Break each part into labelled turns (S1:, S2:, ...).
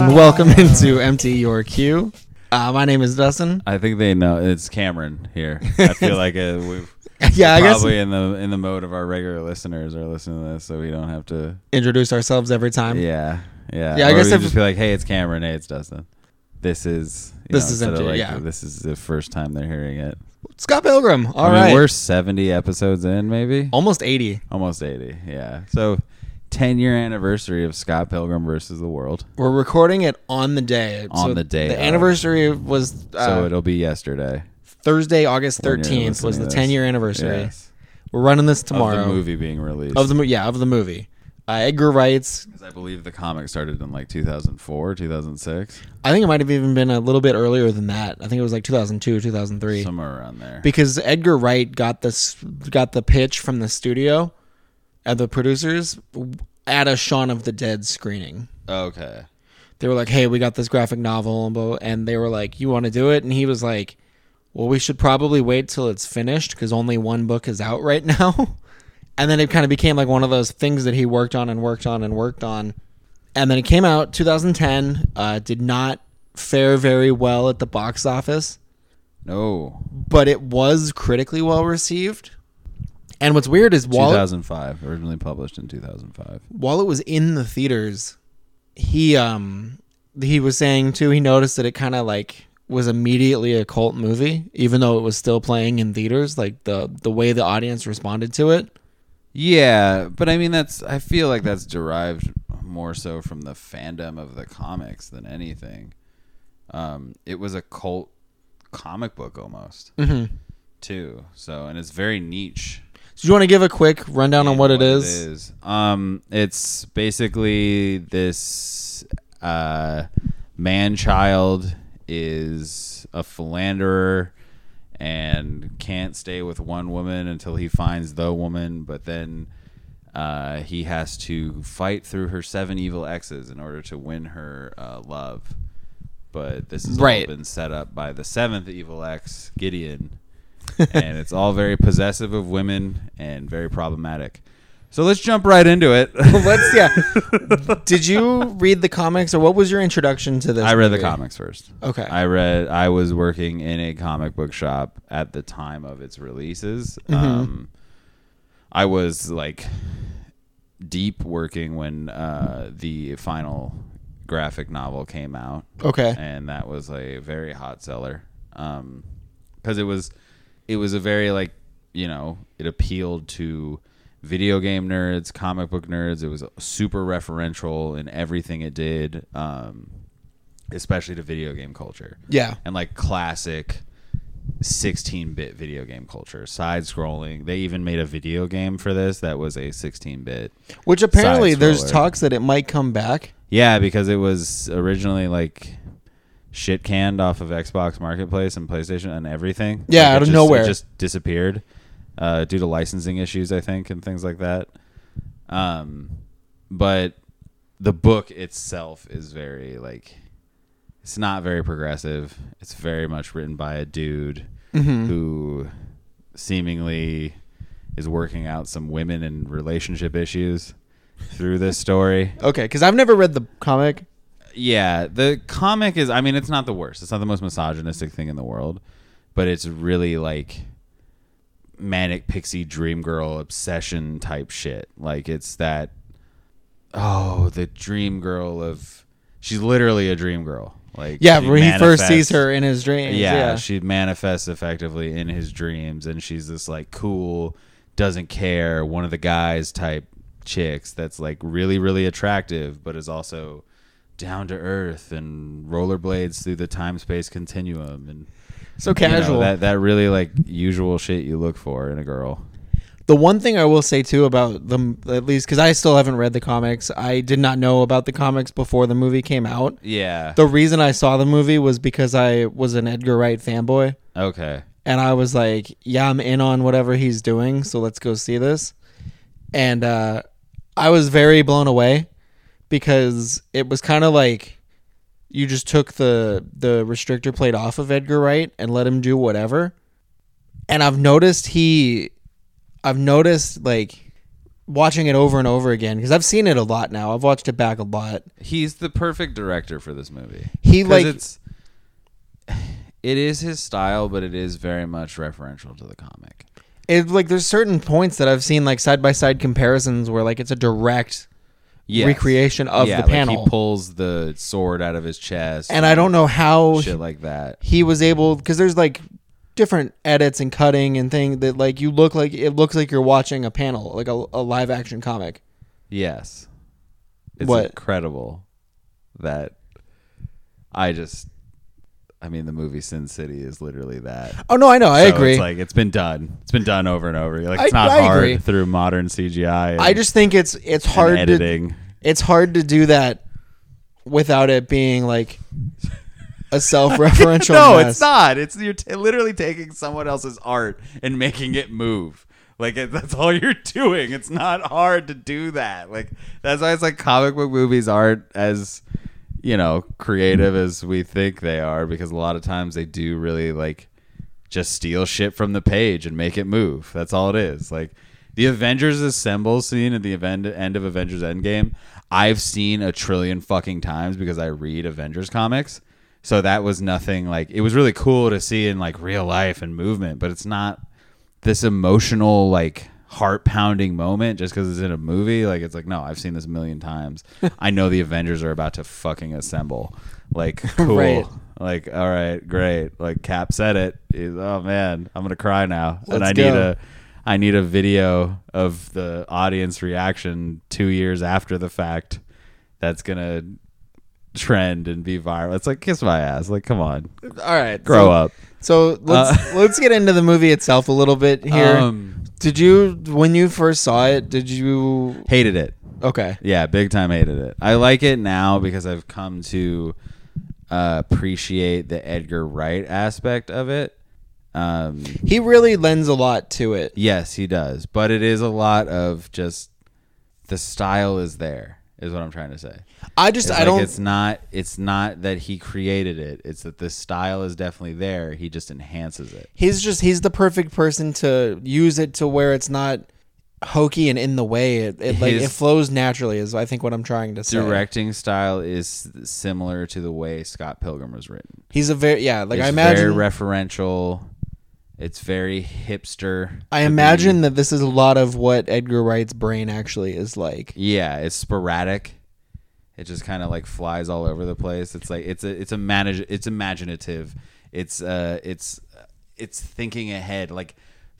S1: Welcome into Empty Your Queue. Uh, my name is Dustin.
S2: I think they know it's Cameron here. I feel like uh, we've
S1: Yeah, I guess
S2: probably in the in the mode of our regular listeners are listening to this, so we don't have to.
S1: introduce ourselves every time.
S2: Yeah, yeah.
S1: Um, Yeah, I
S2: Or
S1: guess
S2: we
S1: if-
S2: just be like, hey, it's Cameron. Hey, it's Dustin. This is you
S1: This
S2: know,
S1: is
S2: instead of
S1: empty,
S2: like,
S1: yeah.
S2: This is the first time they're hearing it.
S1: Scott Pilgrim. All
S2: I mean,
S1: right.
S2: we're seventy episodes in, maybe
S1: almost 80.
S2: almost eighty. Yeah, so ten year anniversary of Scott Pilgrim versus the World.
S1: We're recording it on the day.
S2: On the day
S1: The
S2: of.
S1: anniversary was
S2: So
S1: uh,
S2: it'll be yesterday.
S1: Thursday, August
S2: when you're
S1: 13th was
S2: listening
S1: the
S2: to
S1: 10 year
S2: this.
S1: anniversary.
S2: Yes.
S1: We're running this
S2: Of
S1: tomorrow.
S2: the movie being released.
S1: Of the mo- yeah, of the movie. Uh, Edgar Wright's.
S2: Because I believe the comic started in like 2004, 2006,
S1: I think it might have even been a little bit earlier than that. I think it was like 2002, 2003.
S2: somewhere around there.
S1: because Edgar Wright got this got the pitch from the studio and the producers at a Shaun of the Dead screening.
S2: okay.
S1: They were like, "Hey, we got this graphic novel," and blah- and they were like, "You want to do it?" And he was like, "Well, we should probably wait till it's finished because only one book is out right now." and then it kind of became like one of those things that he worked on and worked on and worked on. And then it came out 2010. Uh, did not fare very well at the box office
S2: No.
S1: but it was critically well received. And what's weird is while
S2: 2005, originally published in 2005.
S1: while it was in the theaters, he um he was saying too he noticed that it kind of like was immediately a cult movie, even though it was still playing in theaters. Like the the way the audience responded to it.
S2: Yeah, but I mean that's I feel like that's derived more so from the fandom of the comics than anything. Um, it was a cult comic book almost. Too. So, and it's very niche.
S1: So do you want to give a quick rundown on what, it
S2: what
S1: is?
S2: It is. Um, it's basically this uh, man child is a philanderer and can't stay with one woman until he finds the woman, but then uh, he has to fight through her seven evil exes in order to win her uh, love. But this has
S1: Right.
S2: all been set up by the seventh evil ex, Gideon and it's all very possessive of women and very problematic. So let's jump right into it.
S1: Let's yeah. Did you read the comics or what was your introduction to this?
S2: I read the
S1: movie?
S2: comics first.
S1: Okay.
S2: I read. I was working in a comic book shop at the time of its releases.
S1: Mm-hmm.
S2: Um, I was like deep working when uh, the final graphic novel came out.
S1: Okay.
S2: and that was a very hot seller because it was it was a very like you know it appealed to video game nerds comic book nerds it was super referential in everything it did um, especially to video game culture
S1: Yeah.
S2: and like classic 16-bit video game culture side scrolling they even made a video game for this that was a 16-bit
S1: Which apparently there's
S2: scroller.
S1: talks that it might come back.
S2: yeah, because it was originally like shit canned off of Xbox Marketplace and PlayStation and everything.
S1: Yeah,
S2: Like, it
S1: out of
S2: just-
S1: nowhere.
S2: it just disappeared uh, due to licensing issues, I think, and things like that. Um, but the book itself is very like it's not very progressive. It's very much written by a dude
S1: Mm-hmm.
S2: who seemingly is working out some women and relationship issues through this story.
S1: Okay, because I've never read the comic.
S2: Yeah, the comic is. I mean, it's not the worst. It's not the most misogynistic thing in the world, but it's really like manic pixie dream girl obsession type shit. Like it's that. Oh, the dream girl of. She's literally a dream girl. Like
S1: Yeah,
S2: she
S1: when he first sees
S2: manifests-
S1: her in his dreams.
S2: yeah,
S1: Yeah,
S2: she manifests effectively in his dreams, and she's this like cool, doesn't care, one of the guys type chicks that's like really, really attractive, but is also down to earth and rollerblades through the time space continuum and
S1: so
S2: you know,
S1: casual.
S2: that that really like usual shit you look for in a girl.
S1: the one thing I will say too about them, at least because I still haven't read the comics, I did not know about the comics before the movie came out.
S2: Yeah.
S1: The reason I saw the movie was because I was an Edgar Wright fanboy,
S2: Okay.
S1: and I was like, "Yeah, I'm in on whatever he's doing, so let's go see this." And uh, I was very blown away because it was kind of like you just took the the restrictor plate off of Edgar Wright and let him do whatever. And I've noticed he I've noticed like watching it over and over again because I've seen it a lot now. I've watched it back a lot.
S2: He's the perfect director for this movie.
S1: He,
S2: 'Cause
S1: like-
S2: it's it is his style, but it is very much referential to the comic.
S1: It like there's certain points that I've seen like side by side comparisons where like it's a direct
S2: Yes.
S1: recreation of
S2: Yeah,
S1: the panel.
S2: Like he pulls the sword out of his chest,
S1: and I don't know how
S2: shit like that.
S1: he was able because there's like different edits and cutting and thing that like you look like it looks like you're watching a panel like a, a live action comic.
S2: Yes, it's
S1: What?
S2: incredible that I just. I mean, the movie Sin City is literally that.
S1: Oh no, I know, I
S2: So
S1: agree.
S2: It's like it's been done. It's been done over and over. Like
S1: I-
S2: it's not
S1: I
S2: hard
S1: agree.
S2: through modern CGI. And,
S1: I just think it's it's
S2: and
S1: hard to
S2: editing.
S1: it's hard to do that without it being like a self-referential.
S2: no,
S1: mess.
S2: it's not. It's you're t- literally taking someone else's art and making it move. Like it, that's all you're doing. It's not hard to do that. Like that's why it's like comic book movies aren't as you know creative as we think they are because a lot of times they do really like just steal shit from the page and make it move. That's all it is. Like the Avengers Assemble scene at the event, end of Avengers Endgame, I've seen a trillion fucking times because I read Avengers comics. So that was nothing like it was really cool to see in like real life and movement, but it's not this emotional like heart pounding moment just because it's in a movie like it's like no i've seen this a million times i know the avengers are about to fucking assemble like cool
S1: Right.
S2: like all right great like cap said it He's, oh man i'm gonna cry now and i
S1: Let's
S2: need
S1: go.
S2: a i need a video of the audience reaction two years after the fact that's gonna trend and be viral it's like kiss my ass like come on
S1: All right,
S2: grow
S1: so-
S2: up Uh,
S1: So let's let's get into the movie itself a little bit here.
S2: Um,
S1: did you when you first saw it? Did you
S2: hated it
S1: okay?
S2: Yeah, big time hated it. I like it now because I've come to uh, appreciate the Edgar Wright aspect of it. Um,
S1: He really lends a lot to it.
S2: yes, he does, but it is a lot of just the style is there. Is what I'm trying to say.
S1: I just
S2: It's
S1: I
S2: like
S1: don't
S2: It's not. It's not that he created it. It's that the style is definitely there. He just enhances it.
S1: he's just he's the perfect person to use it to where it's not hokey and in the way. It, it like
S2: His-
S1: it flows naturally is I think what I'm trying to say.
S2: Directing style is similar to the way Scott Pilgrim was written.
S1: He's a very yeah. Like
S2: it's
S1: I imagine
S2: very referential. It's very hipster.
S1: I imagine that this is a lot of what Edgar Wright's brain actually is like.
S2: Yeah, it's sporadic. It just kind of like flies all over the place. It's like it's a it's a manage it's imaginative. It's uh it's it's thinking ahead. Like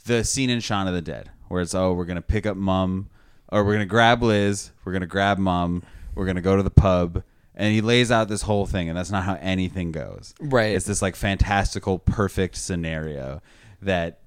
S2: the scene in Shaun of the Dead where it's oh we're gonna pick up mom or we're gonna grab Liz we're gonna grab mom we're gonna go to the pub and he lays out this whole thing and that's not how anything goes.
S1: Right.
S2: It's this like fantastical perfect scenario that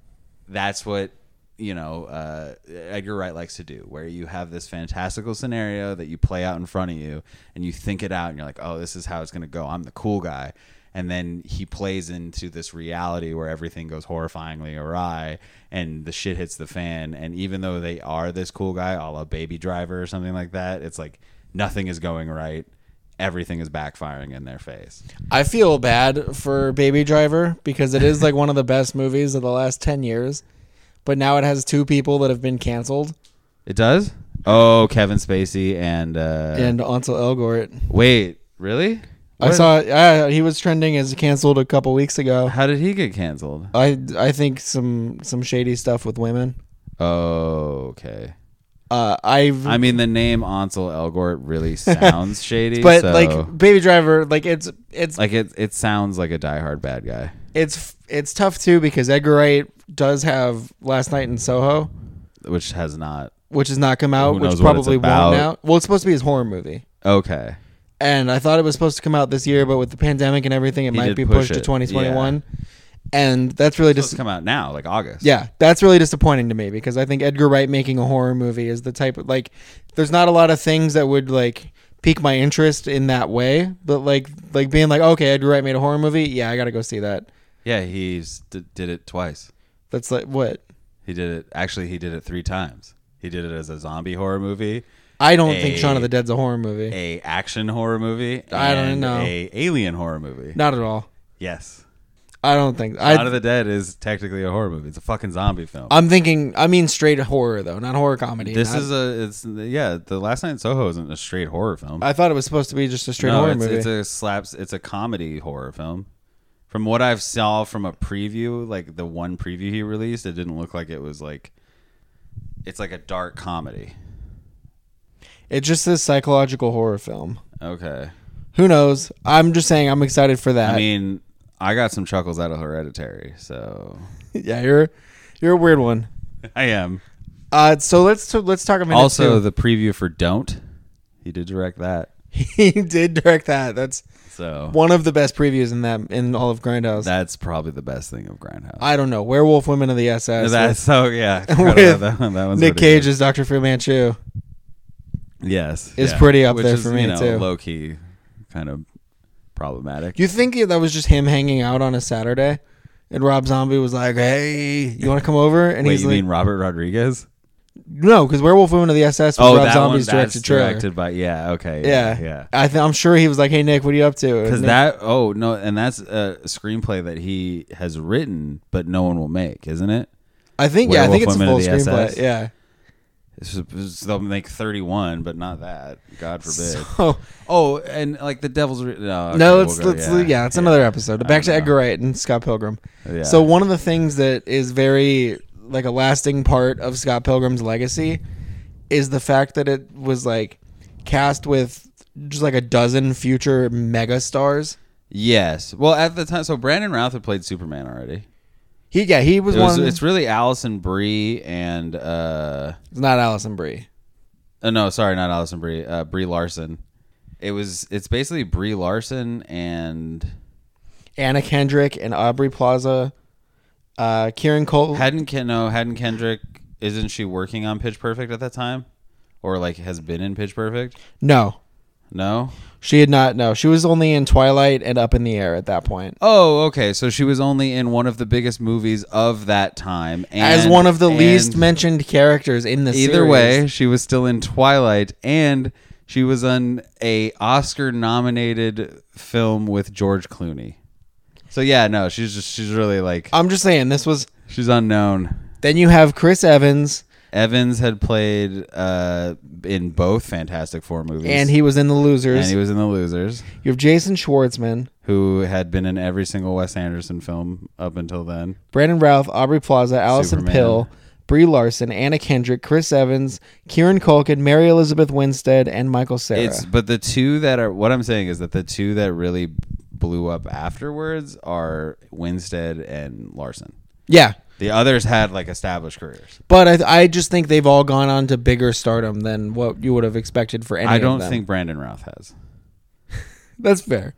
S2: that's what you know uh, Edgar Wright likes to do, where you have this fantastical scenario that you play out in front of you, and you think it out, and you're like, "Oh, this is how it's gonna go. I'm the cool guy," and then he plays into this reality where everything goes horrifyingly awry, and the shit hits the fan. And even though they are this cool guy, a la Baby Driver or something like that, it's like nothing is going right. Everything is backfiring in their face.
S1: I feel bad for Baby Driver because it is like one of the best movies of the last 10 years. But now it has two people that have been canceled
S2: It does. Oh, Kevin Spacey and uh,
S1: and Ansel Elgort.
S2: Wait, really?
S1: I
S2: What-
S1: saw uh, he was trending as canceled a couple weeks ago.
S2: How did he get canceled?
S1: I I think some some shady stuff with women.
S2: Oh, okay.
S1: Uh, I've
S2: I mean, the name Ansel Elgort really sounds shady,
S1: but
S2: so-
S1: like Baby Driver, like it's it's
S2: like it, it sounds like a diehard bad guy.
S1: it's it's tough too because Edgar Wright does have Last Night in Soho,
S2: Which has not.
S1: which has not come out,
S2: Who
S1: which
S2: knows what it's
S1: probably won't
S2: about.
S1: now. Well, it's supposed to be his horror movie.
S2: Okay,
S1: and I thought it was supposed to come out this year, but with the pandemic and everything, it
S2: He
S1: might
S2: did
S1: be
S2: push
S1: pushed to
S2: it,
S1: 2021. And that's really
S2: just
S1: just
S2: come out now, like August.
S1: yeah, that's really disappointing to me because I think Edgar Wright making a horror movie is the type of like there's not a lot of things that would like pique my interest in that way, but like like being like okay, Edgar Wright made a horror movie, yeah, I got to go see that.
S2: yeah. He's d- did it twice.
S1: That's like what
S2: He did it. Actually, he did it three times. He did it as a zombie horror movie,
S1: I don't think
S2: Hey.
S1: Shaun of the Dead's a horror movie.
S2: a action horror movie,
S1: I don't
S2: and
S1: know.
S2: a alien horror movie.
S1: Not at all.
S2: Yes,
S1: I don't think
S2: Out
S1: I.
S2: of the Dead is technically a horror movie. It's a fucking zombie film.
S1: I'm thinking. I mean, straight horror though, not horror comedy.
S2: this
S1: not-
S2: is a it's yeah. The Last Night in Soho isn't a straight horror film.
S1: I thought it was supposed to be just a straight horror
S2: it's,
S1: movie.
S2: it's a slaps. It's a comedy horror film. From what I've saw from a preview, like the one preview he released, it didn't look like it was like. It's like a dark comedy.
S1: it's just this psychological horror film.
S2: Okay.
S1: Who knows? I'm just saying. I'm excited for that.
S2: I mean, I got some chuckles out of Hereditary, so
S1: yeah, you're you're a weird one.
S2: I am.
S1: Uh, so let's so let's talk a minute.
S2: Also,
S1: too.
S2: the preview for Don't, he did direct that.
S1: he did direct that. That's
S2: So
S1: one of the best previews in that in all of Grindhouse.
S2: that's probably the best thing of Grindhouse.
S1: I don't know. Werewolf Women of the SS.
S2: that's so yeah. I forgot
S1: with
S2: about that one. That one's
S1: Nick
S2: pretty good.
S1: Cage as Dr. Fu Manchu.
S2: Yes,
S1: is pretty up
S2: Which
S1: there
S2: is,
S1: for me,
S2: you know,
S1: too.
S2: Low key, kind of problematic.
S1: Do you think that was just him hanging out on a Saturday? And Rob Zombie was like, "Hey, you want to come over?" And
S2: Wait,
S1: he's
S2: you
S1: like,
S2: mean Robert Rodriguez? Oh,
S1: "No, because Werewolf Women of the SS was Rob Zombie's directed trailer."
S2: directed by yeah. Okay,
S1: yeah,
S2: yeah.
S1: I th- I'm sure he was like, "Hey, Nick, what are you up to?"
S2: Because
S1: And Nick-
S2: that oh no, and that's a screenplay that he has written, but no one will make, isn't it?
S1: I think, yeah, I think it's
S2: Werewolf
S1: a full
S2: Women of the
S1: screenplay.
S2: SS.
S1: Yeah.
S2: It's just- it's- They'll make thirty-one, but not that. God forbid.
S1: So
S2: oh, and like the devil's. Re- no, okay,
S1: no,
S2: we'll
S1: let's
S2: go-
S1: let's yeah, it's another episode. Back to
S2: don't know.
S1: Edgar Wright and Scott Pilgrim.
S2: Yeah.
S1: So one of the things that is very like a lasting part of Scott Pilgrim's legacy is the fact that it was like cast with just like a dozen future mega stars.
S2: Yes. Well, at the time, so Brandon Routh had played Superman already.
S1: He yeah, he was,
S2: It was,
S1: one
S2: it's really Allison Brie and uh,
S1: it's not Allison Brie.
S2: oh no, sorry, not Allison Brie, uh, Brie Larson. It was it's basically Brie Larson and
S1: Anna Kendrick and Aubrey Plaza. Uh Kieran Cole
S2: Hadden Ken. No, Hadden Kendrick. Isn't she working on Pitch Perfect at that time, or like has been in Pitch Perfect?
S1: No.
S2: No.
S1: She had not no. She was only in Twilight and Up in the Air at that point.
S2: Oh, okay. So she was only in one of the biggest movies of that time, and,
S1: As one of the
S2: and
S1: least mentioned characters in the
S2: Either
S1: series.
S2: way, she was still in Twilight, and she was on a Oscar-nominated film with George Clooney. So yeah, no, she's just she's really like
S1: I'm just saying this was
S2: she's unknown.
S1: then you have Chris Evans
S2: Evans had played uh, in both Fantastic Four movies,
S1: and he was in The
S2: and
S1: Losers.
S2: he was in The Losers,
S1: You have Jason Schwartzman,
S2: who had been in every single Wes Anderson film up until then.
S1: Brandon Routh, Aubrey Plaza, Allison
S2: Superman.
S1: Pill, Brie Larson, Anna Kendrick, Chris Evans, Kieran Culkin, Mary Elizabeth Winstead, and Michael Sarah.
S2: It's but the two that are what I'm saying is that the two that really blew up afterwards are Winstead and Larson.
S1: yeah,
S2: The others had like established careers.
S1: but I, I just think they've all gone on to bigger stardom than what you would have expected for any.
S2: I
S1: of
S2: don't
S1: them.
S2: think Brandon Routh has.
S1: that's fair.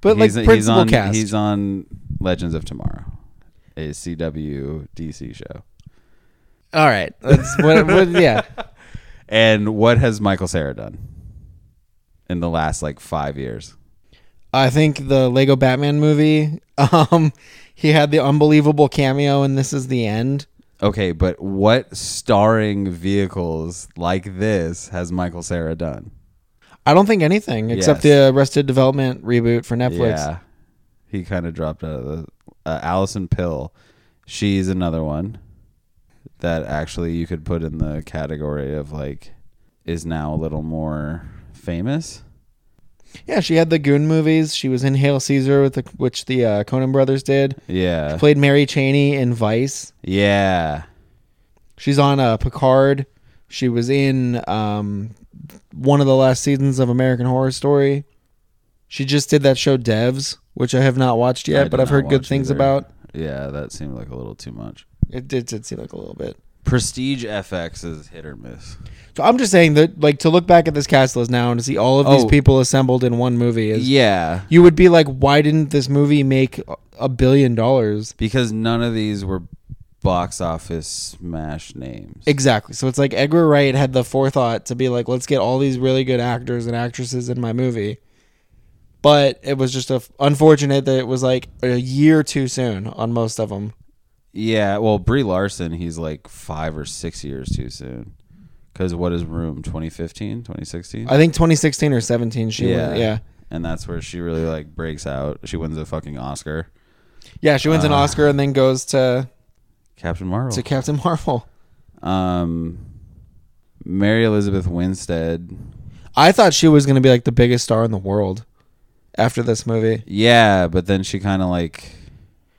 S1: But
S2: he's,
S1: like
S2: he's
S1: principal
S2: on,
S1: cast,
S2: He's on Legends of Tomorrow, a CW DC show.
S1: all right. That's what, what, yeah,
S2: And what has Michael Sarah done in the last like five years?
S1: I think the Lego Batman movie. Um, he had the unbelievable cameo, and this is the end.
S2: Okay, but what starring vehicles like this has Michael Sarah done?
S1: I don't think anything except
S2: Yes.
S1: the Arrested Development reboot for Netflix.
S2: Yeah, he kind of dropped out of the uh, Allison Pill. She's another one that actually you could put in the category of like is now a little more famous.
S1: Yeah, she had the Goon movies. She was in Hail Caesar with the which the uh, Conan brothers did.
S2: Yeah,
S1: Played Mary Cheney in Vice.
S2: yeah.
S1: She's on uh, Picard. She was in um, one of the last seasons of American Horror Story. She just did that show Devs, which I have not watched
S2: I
S1: yet,
S2: did
S1: but I've
S2: not
S1: heard good
S2: watch
S1: things
S2: either.
S1: about.
S2: Yeah, that seemed like a little too much.
S1: It did, did seem like a little bit.
S2: Prestige FX is hit or miss.
S1: So I'm just saying that, like, to look back at this cast list now and to see all of these
S2: Oh.
S1: people assembled in one movie is
S2: Yeah,
S1: you would be like, why didn't this movie make a billion dollars?
S2: because none of these were box office smash names.
S1: Exactly. So it's like Edgar Wright had the forethought to be like, let's get all these really good actors and actresses in my movie. But it was just a, unfortunate that it was like a year too soon on most of them.
S2: Yeah, well, Brie Larson, he's like five or six years too soon. Because what is Room? 2015, 2016?
S1: I think 2016 or 17 she yeah.
S2: Yeah.
S1: yeah.
S2: And that's where she really like breaks out. She wins a fucking Oscar.
S1: Yeah, she wins
S2: Ah.
S1: an Oscar and then goes to
S2: Captain Marvel.
S1: to Captain Marvel.
S2: um, Mary Elizabeth Winstead.
S1: I thought she was gonna be like the biggest star in the world after this movie.
S2: Yeah, but then she kind of like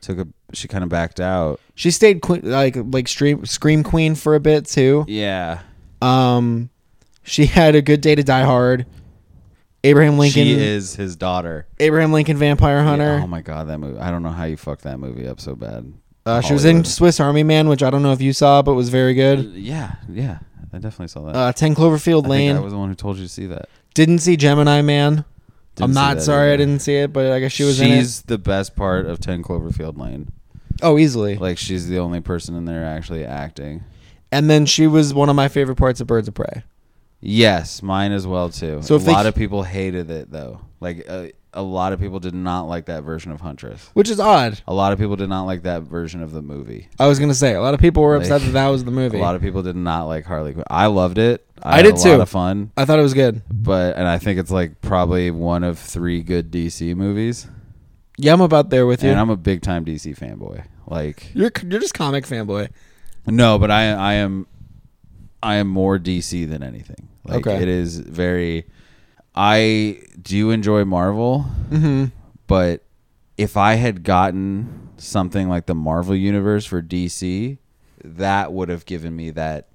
S2: took a. She kind of backed out.
S1: She stayed que- like like stream, scream queen for a bit too.
S2: Yeah,
S1: Um, she had a good day to Die Hard. Abraham Lincoln.
S2: she is his daughter.
S1: Abraham Lincoln Vampire Hunter.
S2: Yeah, oh my god, that movie! I don't know how you fucked that movie up so bad.
S1: uh, she was in
S2: Hollywood.
S1: Swiss Army Man, which I don't know if you saw, but was very good.
S2: Yeah, yeah, I definitely saw that.
S1: Uh, Ten Cloverfield
S2: I think I
S1: Lane.
S2: was the one who told you to see that.
S1: didn't see Gemini Man.
S2: Didn't
S1: I'm
S2: see
S1: not
S2: that
S1: sorry I
S2: either.
S1: didn't see it, but I guess she was in it.
S2: she's the best part of Ten Cloverfield Lane.
S1: Oh, easily.
S2: Like she's the only person in there actually acting.
S1: And then she was one of my favorite parts of Birds of Prey.
S2: Yes, mine as well too.
S1: So
S2: So a
S1: if they-
S2: lot of people hated it though. Like uh, a lot of people did not like that version of Huntress.
S1: Which is odd.
S2: A lot of people did not like that version of the movie.
S1: I was gonna say a lot of people were upset
S2: Like,
S1: that that was the movie.
S2: A lot of people did not like Harley Quinn. I loved it.
S1: I
S2: had
S1: did
S2: a
S1: too.
S2: Lot of fun,
S1: I thought it was good.
S2: but and I think it's like probably one of three good DC movies.
S1: Yeah, I'm about there with you.
S2: And I'm a big time DC fanboy. Like
S1: you're you're just comic fanboy.
S2: No, but I I am I am more DC than anything. Like
S1: Okay.
S2: it is very I do enjoy Marvel,
S1: Mm-hmm.
S2: but if I had gotten something like the Marvel universe for DC, that would have given me that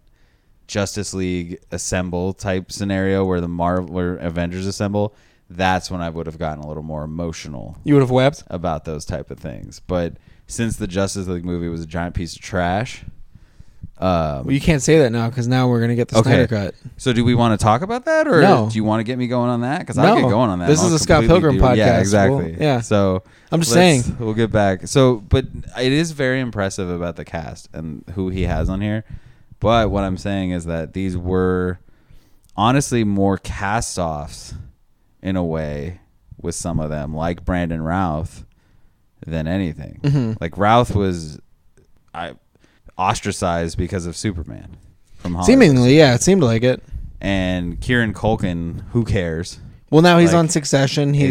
S2: Justice League assemble type scenario where the Marvel where Avengers assemble. That's when I would have gotten a little more emotional
S1: You would have wept.
S2: about those type of things. But since the Justice League movie was a giant piece of trash, um,
S1: Well, you can't say that now because now we're gonna get the
S2: Okay. Oh,
S1: Snyder cut.
S2: so do we want to talk about that, or
S1: No.
S2: do you want to get me going on that? Because
S1: No.
S2: I get going on that.
S1: This
S2: and
S1: is
S2: I'll
S1: a Scott
S2: completely
S1: Pilgrim
S2: do- Yeah,
S1: podcast.
S2: exactly.
S1: We'll- yeah.
S2: So
S1: I'm just
S2: let's-
S1: saying.
S2: we'll get back. So, but it is very impressive about the cast and who he has on here. But what I'm saying is that these were honestly more cast-offs in a way with some of them, like Brandon Routh, than anything.
S1: Mhm.
S2: Like Routh was, I ostracized because of Superman from Hollywood.
S1: Seemingly, yeah, it seemed like it.
S2: and Kieran Culkin, who cares?
S1: Well, now he's
S2: Like,
S1: on Succession. He's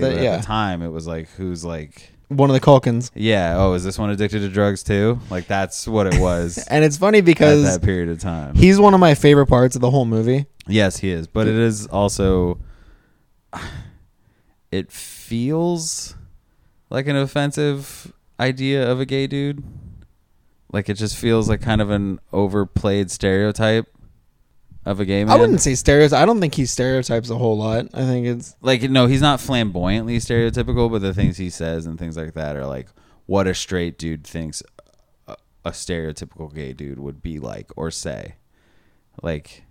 S1: got
S2: but
S1: the,
S2: at
S1: yeah,
S2: the time, it was like, who's like,
S1: one of the Culkins.
S2: yeah, oh, is this one addicted to drugs too? Like that's what it was at
S1: And it's funny because
S2: that period of time.
S1: he's one of my favorite parts of the whole movie.
S2: yes, he is, but it is also, it feels like an offensive idea of a gay dude. Like it just feels like kind of an overplayed stereotype of a gay man.
S1: I wouldn't say stereotypes. I don't think he stereotypes a whole lot. I think it's
S2: like no, he's not flamboyantly stereotypical, but the things he says and things like that are like what a straight dude thinks a, a stereotypical gay dude would be like or say, like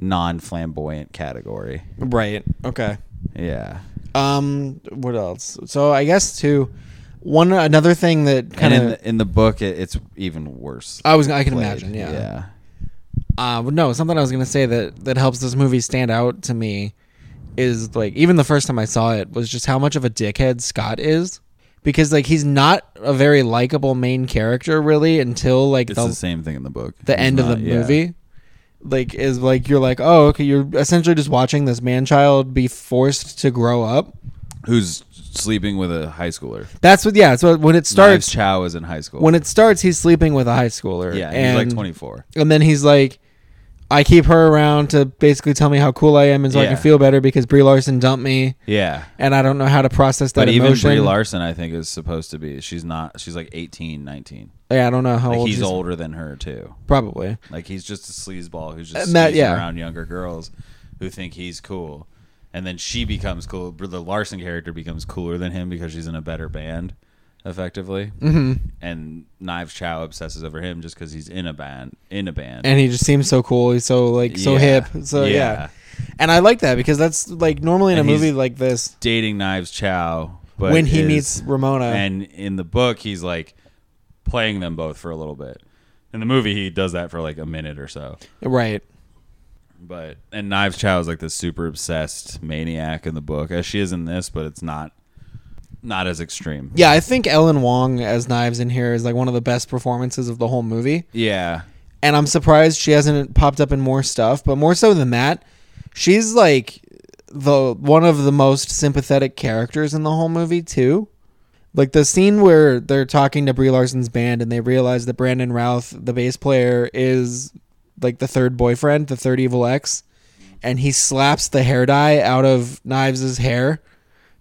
S2: non-flamboyant category.
S1: right. Okay.
S2: Yeah,
S1: Um. What else? So I guess too. One another thing that kind
S2: and in
S1: of
S2: the, in the book, it, it's even worse.
S1: I was I can
S2: played.
S1: imagine. Yeah.
S2: yeah,
S1: Uh, but no, something I was gonna say that that helps this movie stand out to me is like even the first time I saw it was just how much of a dickhead Scott is because like he's not a very likable main character really until like
S2: it's
S1: the
S2: the same thing in the book.
S1: the
S2: It's
S1: end of
S2: not-
S1: the
S2: yeah.
S1: movie like is like you're like oh okay you're essentially just watching this man child be forced to grow up
S2: Who's sleeping with a high schooler?
S1: that's what yeah so when it
S2: Knives
S1: starts
S2: Chow is in high school.
S1: when it starts he's sleeping with a high schooler
S2: yeah, he's
S1: and,
S2: like 24.
S1: and then he's like i keep her around to basically tell me how cool i am and so i
S2: Yeah.
S1: can feel better because brie larson dumped me
S2: Yeah,
S1: and i don't know how to process that
S2: But even
S1: emotion
S2: Brie Larson, I think, is supposed to be. She's not. She's like 18, 19.
S1: yeah i don't know how
S2: Like,
S1: old
S2: he's
S1: she's-
S2: older than her too.
S1: probably
S2: Like he's just a sleazeball who's just
S1: And that-
S2: sneaking
S1: Uh, yeah.
S2: around younger girls who think he's cool, and then she becomes cool. The Larson character becomes cooler than him because she's in a better band, effectively. Mm-hmm. And Knives Chow obsesses over him just because he's in a band. In a band.
S1: and he just seems so cool he's so like so
S2: Yeah.
S1: hip so yeah. and i like that because that's like normally in
S2: And
S1: a
S2: he's-
S1: movie like this
S2: dating Knives Chow. But
S1: when he
S2: is-
S1: meets Ramona.
S2: and in the book he's like playing them both for a little bit in the movie he does that for like a minute or so
S1: right.
S2: but and knives chow is like the super obsessed maniac in the book as she is in this but it's not not as extreme
S1: Yeah, I think Ellen Wong as Knives in here is like one of the best performances of the whole movie.
S2: yeah
S1: And I'm surprised she hasn't popped up in more stuff, but more so than that, she's like the one of the most sympathetic characters in the whole movie too. Like the scene where they're talking to Brie Larson's band and they realize that Brandon Routh, the bass player, is like the third boyfriend, the third evil ex, and he slaps the hair dye out of Knives' hair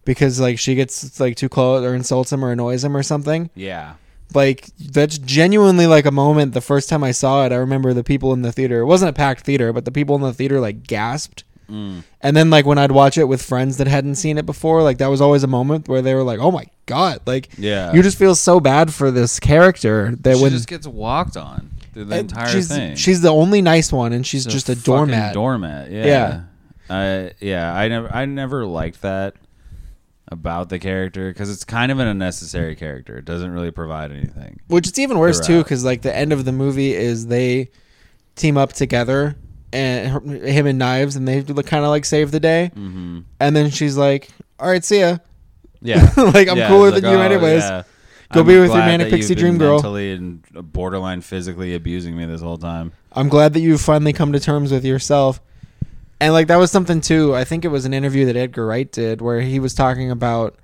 S1: because like she gets like too close or insults him or annoys him or something.
S2: Yeah.
S1: Like that's genuinely like a moment. The first time I saw it, I remember the people in the theater. It wasn't a packed theater, but the people in the theater like gasped.
S2: Mm.
S1: And then like when I'd watch it with friends that hadn't seen it before, like that was always a moment where they were like, "Oh my god!" Like
S2: Yeah.
S1: you just feel so bad for this character that
S2: she
S1: when
S2: just gets walked on through the entire
S1: she's,
S2: thing.
S1: she's the only nice one, and she's
S2: She's
S1: just a
S2: fucking
S1: doormat.
S2: Doormat. Yeah.
S1: Yeah.
S2: I yeah. I never I never liked that about the character because it's kind of an unnecessary character. It doesn't really provide anything.
S1: Which it's even worse too,
S2: Throughout.
S1: because like the end of the movie is they team up together and her- him and knives, and they kind of like save the day.
S2: Mm-hmm.
S1: And then she's like, "All right, see ya.
S2: Yeah.
S1: Like, I'm
S2: Yeah,
S1: cooler
S2: it's oh,
S1: than you anyways. Go be with your
S2: glad
S1: manic
S2: that you've
S1: pixie
S2: been
S1: dream girl."
S2: Mentally and uh, borderline physically abusing me this whole time.
S1: I'm glad that you've finally come to terms with yourself." And like that was something too. I think it was an interview that Edgar Wright did where he was talking about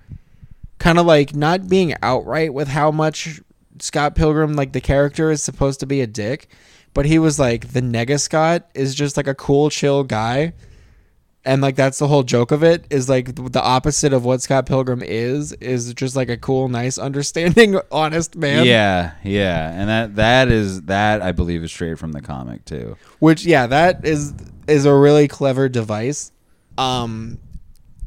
S1: kind of like not being outright with how much Scott Pilgrim, like the character, is supposed to be a dick, but he was like the nega Scott is just like a cool, chill guy, and like that's the whole joke of it is like the opposite of what Scott Pilgrim is is just like a cool, nice, understanding, honest man.
S2: Yeah, yeah, and that that is that I believe is straight from the comic too.
S1: Which yeah, that is is a really clever device. Um,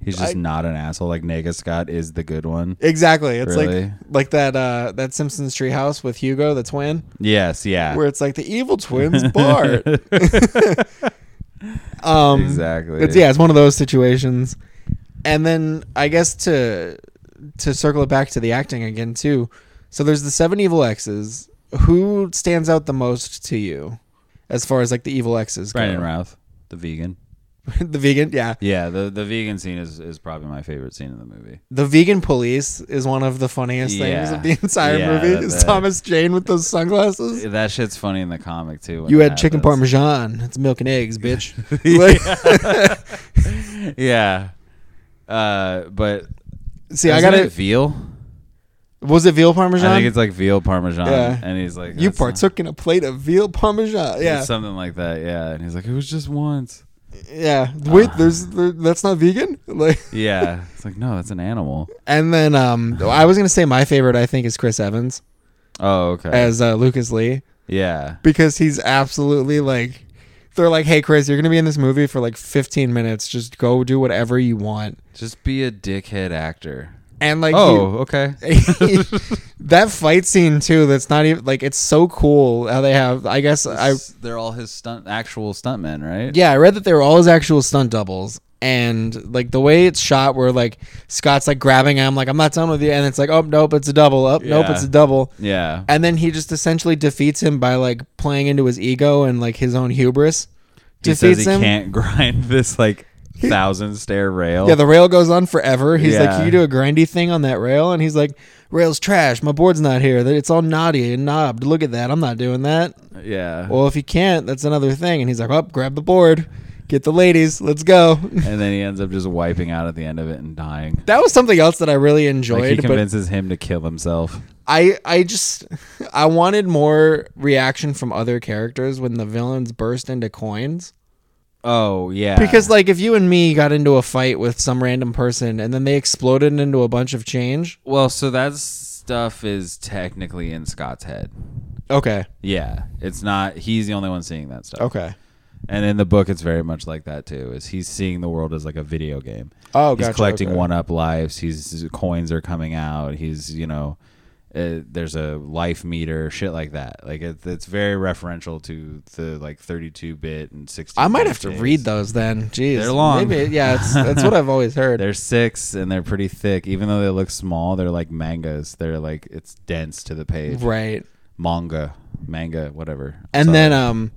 S2: He's just
S1: I-
S2: not an asshole. Like Nega Scott is the good one.
S1: exactly. It's like
S2: Really?
S1: like that uh that Simpsons treehouse with Hugo the twin.
S2: Yes, yeah,
S1: where it's like the evil twins Bart. um,
S2: exactly.
S1: It's yeah, it's one of those situations. And then I guess to to circle it back to the acting again too. So there's the seven evil exes. Who stands out the most to you, as far as like the evil exes go?
S2: Brandon Routh, the vegan.
S1: the vegan, yeah,
S2: Yeah, the the vegan scene is is probably my favorite scene in the movie.
S1: the vegan police is one of the funniest things
S2: Yeah.
S1: of the entire
S2: Yeah,
S1: movie.
S2: that-
S1: Is
S2: that-
S1: Thomas Jane with those sunglasses?
S2: That shit's funny in the comic too. when
S1: You
S2: it
S1: had chicken
S2: happens.
S1: parmesan. It's milk and eggs, bitch. Like-
S2: Yeah, uh, but
S1: See, I
S2: isn't
S1: got
S2: it veal.
S1: Was it veal parmesan?
S2: I think it's like veal parmesan,
S1: Yeah.
S2: and he's like,
S1: you
S2: "That's not-
S1: partook in a plate of veal parmesan. Yeah,
S2: something like that." Yeah, and he's like, "It was just once."
S1: yeah. Wait, there's there, that's not vegan. Like,
S2: Yeah, it's like no, that's an animal.
S1: and then um, I was gonna say my favorite I think is Chris Evans
S2: Oh, okay.
S1: as uh, Lucas Lee
S2: yeah,
S1: because he's absolutely like, they're like, hey Chris, you're gonna be in this movie for like 15 minutes. Just go do whatever you want.
S2: just be a dickhead actor.
S1: And like,
S2: oh,
S1: he-
S2: okay.
S1: that fight scene too. That's not even like it's so cool how they have. I guess I
S2: they're all his stunt, actual stuntmen, right?
S1: Yeah, I read that they were all his actual stunt doubles. And like the way it's shot, where like Scott's like grabbing him, like I'm not done with you, and it's like, oh nope, it's a double. Up, nope,
S2: Yeah.
S1: it's a double.
S2: Yeah.
S1: And then he just essentially defeats him by like playing into his ego and like his own hubris.
S2: He says
S1: defeats
S2: he
S1: him.
S2: can't grind this like thousand stair rail.
S1: Yeah, the rail goes on forever. He's like,
S2: Yeah.
S1: you do a grindy thing on that rail, and he's like, rail's trash. My board's not here. That It's all knotty and knobbed. Look at that. I'm not doing that.
S2: yeah.
S1: Well, if you can't, that's another thing. And he's like, up, grab the board, get the ladies, let's go.
S2: and then he ends up just wiping out at the end of it and dying.
S1: that was something else that I really
S2: Like he
S1: enjoyed, but
S2: convinces him to kill himself.
S1: I I just I wanted more reaction from other characters when the villains burst into coins.
S2: Oh yeah.
S1: Because like if you and me got into a fight with some random person and then they exploded into a bunch of change,
S2: well, so that stuff is technically in Scott's head.
S1: okay,
S2: Yeah, it's not. He's the only one seeing that stuff.
S1: okay,
S2: And in the book, it's very much like that too. Is he's seeing the world as like a video game?
S1: Oh,
S2: he's
S1: gotcha,
S2: collecting
S1: okay.
S2: one-up lives. He's his coins are coming out. He's you know, uh, there's a life meter, shit like that. Like it, it's very referential to the like 32-bit and 16.
S1: I might have to read those then. Jeez,
S2: They're long.
S1: Maybe, yeah, it's, that's what I've always heard.
S2: They're six and they're pretty thick. Even though they look small, they're like mangas. They're like it's dense to the page.
S1: right.
S2: Manga, manga, whatever. I'm
S1: And
S2: sorry.
S1: then um,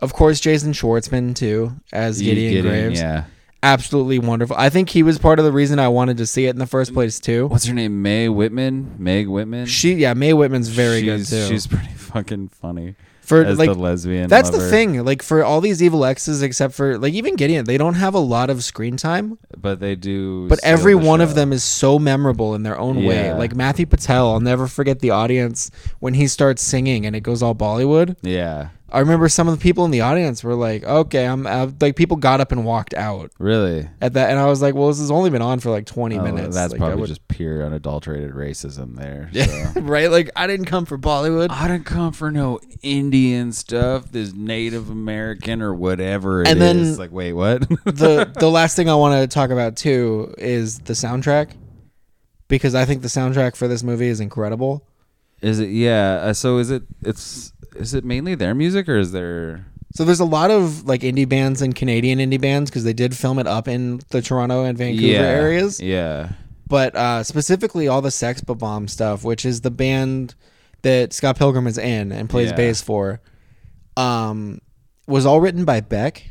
S1: of course Jason Schwartzman too as Gideon, Graves.
S2: Yeah.
S1: Absolutely wonderful. I think he was part of the reason I wanted to see it in the first place too.
S2: What's her name? May Whitman. Meg Whitman.
S1: She yeah, Mae Whitman's very
S2: she's,
S1: good too.
S2: She's pretty fucking funny.
S1: for
S2: as
S1: like
S2: the lesbian.
S1: that's the
S2: lover.
S1: thing. Like for all these evil exes, except for like even Gideon, they don't have a lot of screen time.
S2: But they do.
S1: But
S2: steal
S1: every
S2: the
S1: one of
S2: show.
S1: them is so memorable in their own way.
S2: Yeah.
S1: Like Matthew Patel, I'll never forget the audience when he starts singing and it goes all Bollywood.
S2: Yeah.
S1: I remember some of the people in the audience were like, "Okay, I'm uh, like." People got up and walked out
S2: Really.
S1: at that, and I was like, "Well, this has only been on for like 20
S2: Oh,
S1: minutes."
S2: that's
S1: Like, I
S2: probably
S1: would-
S2: just pure unadulterated racism there. so.
S1: right. Like I didn't come for Bollywood,
S2: I didn't come for no Indian stuff. This Native American or whatever it is.
S1: And then-
S2: like, wait, what?
S1: the the last thing I want to talk about too is the soundtrack because I think the soundtrack for this movie is incredible.
S2: is it? Yeah. Uh, so is it? It's is it mainly their music or is there?
S1: So there's a lot of like indie bands and Canadian indie bands because they did film it up in the Toronto and Vancouver
S2: yeah
S1: areas,
S2: Yeah.
S1: but uh, specifically all the Sex Bomb stuff, which is the band that Scott Pilgrim is in and plays
S2: Yeah.
S1: bass for, um, was all written by Beck.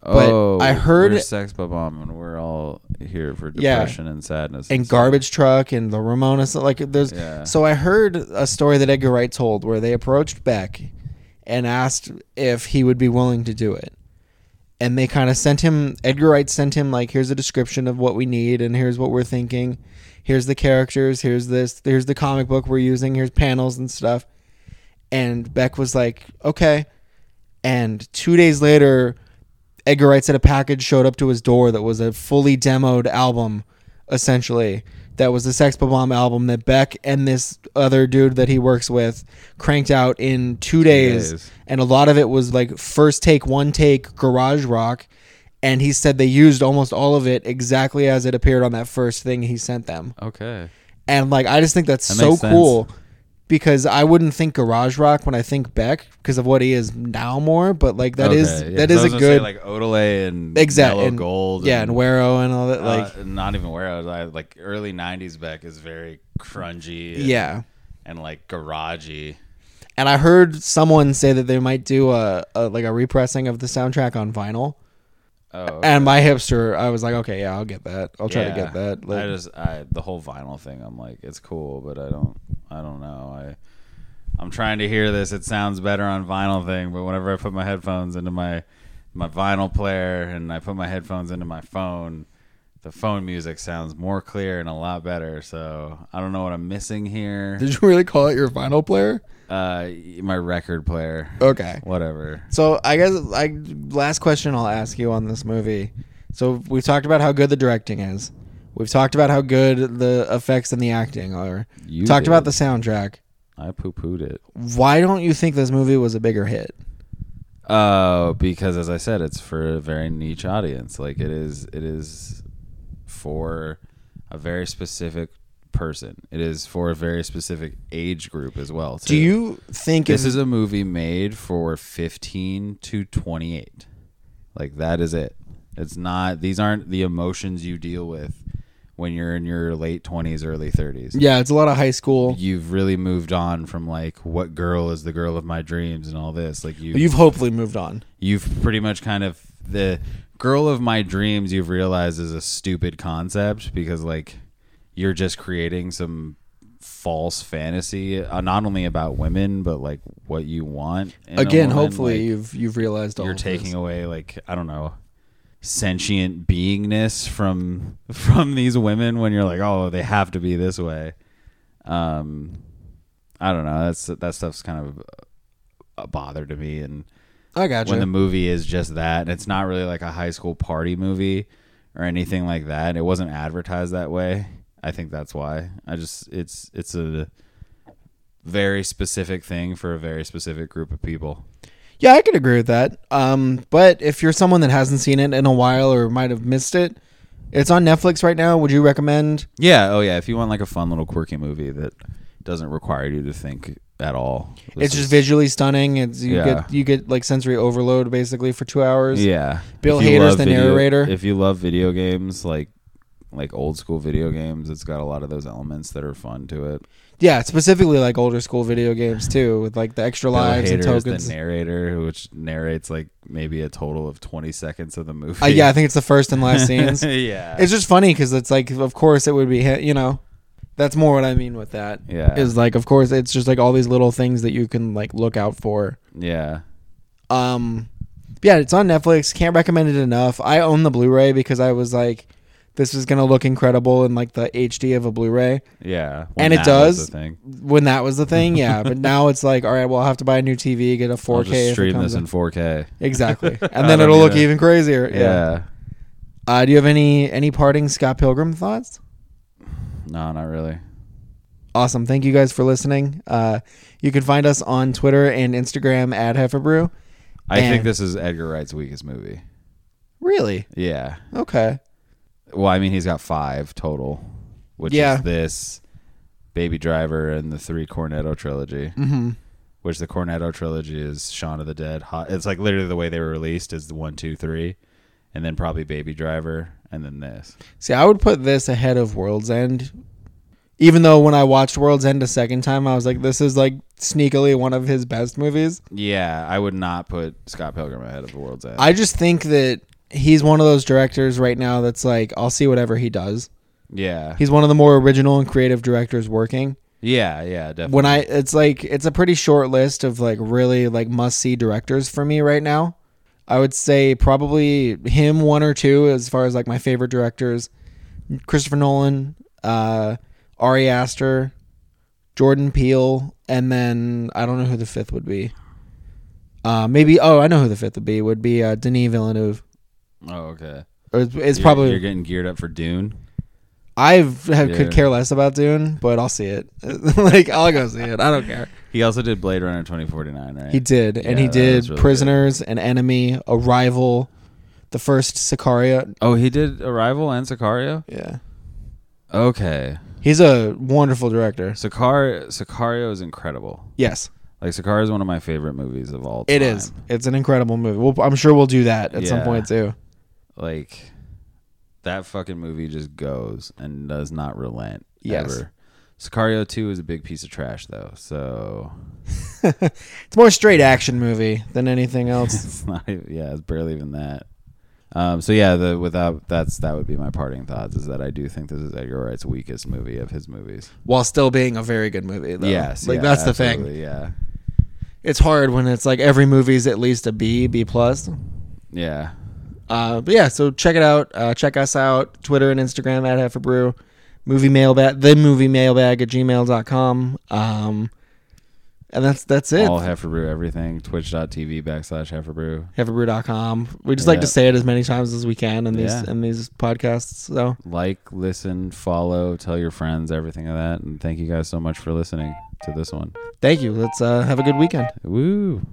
S1: But
S2: Oh,
S1: I heard-
S2: we're sex bomb, and we're all here for
S1: Yeah.
S2: depression and sadness
S1: and
S2: stuff.
S1: garbage truck and the Ramones. so, Like there's
S2: Yeah.
S1: so I heard a story that Edgar Wright told where they approached Beck and asked if he would be willing to do it. And they kind of sent him Edgar Wright sent him like here's a description of what we need and here's what we're thinking. Here's the characters, here's this, here's the comic book we're using, here's panels and stuff. And Beck was like, "Okay." And 2 days later, Edgar Wright said a package showed up to his door that was a fully demoed album, essentially. That was the Sex Bomb album that Beck and this other dude that he works with cranked out in two days,
S2: days.
S1: and a lot of it was like first take, one take, garage rock. And he said they used almost all of it exactly as it appeared on that first thing he sent them.
S2: Okay.
S1: And like I just think that's
S2: That
S1: so
S2: makes sense.
S1: cool because I wouldn't think garage rock when I think Beck because of what he is now more, but like that is
S2: Okay, yeah,
S1: that
S2: 'cause I
S1: is
S2: was
S1: a
S2: gonna say,
S1: good
S2: like Odelay and
S1: Exact-
S2: Mellow
S1: and-
S2: Gold.
S1: yeah, and Wero and all that like
S2: like not even where I was I, like early '90s Beck is very crungy, and,
S1: yeah.
S2: and like garagey.
S1: And I heard someone say that they might do a, a like a repressing of the soundtrack on vinyl.
S2: Oh,
S1: And my hipster, I was like, okay, yeah, I'll get that. I'll try to
S2: yeah.
S1: get that.
S2: I
S1: Like,
S2: just I the whole vinyl thing. I'm like, it's cool, but I don't I don't know. I I'm trying to hear this. It sounds better on vinyl thing, but whenever I put my headphones into my my vinyl player and I put my headphones into my phone, the phone music sounds more clear and a lot better. So I don't know what I'm missing here.
S1: did you really call it your vinyl player?
S2: Uh, my record player.
S1: Okay.
S2: Whatever.
S1: So I guess I last question I'll ask you on this movie. So we've talked about how good the directing is. We've talked about how good the effects and the acting are.
S2: You
S1: talked
S2: did.
S1: about the soundtrack.
S2: I poo pooed it.
S1: Why don't you think this movie was a bigger hit?
S2: Oh, because as I said, it's for a very niche audience. Like it is, it is for a very specific person. It is for a very specific age group as well.
S1: Do
S2: too.
S1: you think
S2: This
S1: if-
S2: is a movie made for 15 to 28. Like that is it. It's not. These aren't the emotions you deal with when you're in your late 20s, early 30s.
S1: yeah, it's a lot of high school.
S2: You've really moved on from like what girl is the girl of my dreams and all this. Like you,
S1: You've hopefully moved on.
S2: you've pretty much kind of the girl of my dreams you've realized is a stupid concept because like you're just creating some false fantasy uh, not only about women but like what you want in a
S1: Again,
S2: woman.
S1: hopefully
S2: Like,
S1: you've you've realized all
S2: you're
S1: of
S2: taking
S1: this.
S2: away like i don't know sentient beingness from from these women when you're like oh they have to be this way um i don't know that's that stuff's kind of a bother to me and
S1: I gotcha.
S2: when the movie is just that and it's not really like a high school party movie or anything like that it wasn't advertised that way i think that's why i just it's it's a very specific thing for a very specific group of people
S1: yeah, I could agree with that. Um, but if you're someone that hasn't seen it in a while or might have missed it, it's on Netflix right now. Would you recommend?
S2: yeah oh yeah if you want like a fun little quirky movie that doesn't require you to think at all this
S1: it's just
S2: is-
S1: visually stunning. It's you
S2: Yeah.
S1: get you get like sensory overload basically for two hours.
S2: yeah
S1: Bill
S2: If you
S1: Hader's
S2: love
S1: the
S2: video-
S1: narrator.
S2: if you love video games like like old school video games it's got a lot of those elements that are fun to it
S1: Yeah, specifically like older school video games too, with like the extra
S2: Bill
S1: lives and
S2: Hader is
S1: tokens.
S2: the narrator, which narrates like maybe a total of twenty seconds of the movie.
S1: Uh, yeah, I think it's the first and last scenes.
S2: yeah.
S1: It's just funny because it's like, of course, it would be hit, you know. That's more what I mean with that.
S2: Yeah.
S1: Is like of course it's just like all these little things that you can like look out for.
S2: Yeah.
S1: Um yeah, it's on Netflix. Can't recommend it enough. I own the Blu-ray because I was like this is going to look incredible in like the HD of a Blu-ray.
S2: Yeah. Well,
S1: And it
S2: that was
S1: does.
S2: the thing.
S1: When that was the thing, yeah, but now it's like all right, well I'll have to buy a new TV, get a 4K
S2: I'll just
S1: if it
S2: stream
S1: comes
S2: this in 4K.
S1: out. Exactly.
S2: I
S1: And then
S2: don't
S1: it'll
S2: need
S1: look
S2: it.
S1: even crazier.
S2: Yeah.
S1: Uh, do you have any any parting Scott Pilgrim thoughts?
S2: No, not really.
S1: Awesome. Thank you guys for listening. Uh, you can find us on Twitter and Instagram at Heffabrew.
S2: I think
S1: And-
S2: this is Edgar Wright's weakest movie.
S1: Really?
S2: Yeah.
S1: Okay.
S2: Well, I mean, he's got five total, which
S1: Yeah.
S2: is this, Baby Driver, and the three Cornetto trilogy.
S1: Mm-hmm.
S2: Which the Cornetto trilogy is Shaun of the Dead. Hot. It's like literally the way they were released is the one, two, three, and then probably Baby Driver, and then this.
S1: See, I would put this ahead of World's End. Even though when I watched World's End a second time, I was like, this is like sneakily one of his best movies.
S2: Yeah, I would not put Scott Pilgrim ahead of The World's End.
S1: I just think that he's one of those directors right now that's like, I'll see whatever he does.
S2: yeah,
S1: He's one of the more original and creative directors working.
S2: yeah, yeah, definitely.
S1: When I, it's like, it's a pretty short list of like really like must see directors for me right now. I would say probably him one or two as far as like my favorite directors. Christopher Nolan, uh, Ari Aster, Jordan Peele, and then I don't know who the fifth would be. Uh, maybe oh I know who the fifth would be would be uh, Denis Villeneuve.
S2: oh, okay.
S1: Or It's, it's
S2: You're-
S1: probably
S2: you're getting geared up for Dune.
S1: I've have,
S2: Yeah.
S1: could care less about Dune, but I'll see it. like I'll go see it. I don't care.
S2: He also did Blade Runner 2049, right?
S1: He did, and
S2: Yeah,
S1: he
S2: that
S1: did
S2: was really good.
S1: Prisoners, An Enemy, Arrival, the first Sicario.
S2: Oh, he did Arrival and Sicario.
S1: Yeah,
S2: Okay,
S1: he's a wonderful director.
S2: Sicario Sicario is incredible.
S1: Yes,
S2: Like Sicario is one of my favorite movies of all time.
S1: it is. It's an incredible movie. We'll, I'm sure we'll do that at some
S2: Yeah.
S1: point too.
S2: Like that fucking movie just goes and does not relent.
S1: Yes.
S2: Ever. Sicario 2 is a big piece of trash though. So
S1: It's more straight action movie than anything else.
S2: it's not even- yeah, it's barely even that. Um, so yeah, the without that's that would be my parting thoughts is that I do think this is Edgar Wright's weakest movie of his movies.
S1: while still being a very good movie, though.
S2: yes,
S1: like
S2: yeah,
S1: that's the thing.
S2: absolutely, Yeah,
S1: It's hard when it's like every movie's at least a B, B plus.
S2: yeah.
S1: Uh, but yeah, so check it out. Uh, check us out. Twitter and Instagram at Heifer Brew. Movie mailbag, the movie mailbag at gmail.com. Um, and that's that's it.
S2: All Heifer Brew, everything. Twitch.tv backslash Heifer Brew.
S1: Heiferbrew.com. We just like
S2: Yeah.
S1: to say it as many times as we can in these
S2: Yeah.
S1: in these podcasts. So
S2: Like, listen, follow, tell your friends, everything of that. And thank you guys so much for listening to this one.
S1: thank you. Let's uh, have a good weekend.
S2: Woo.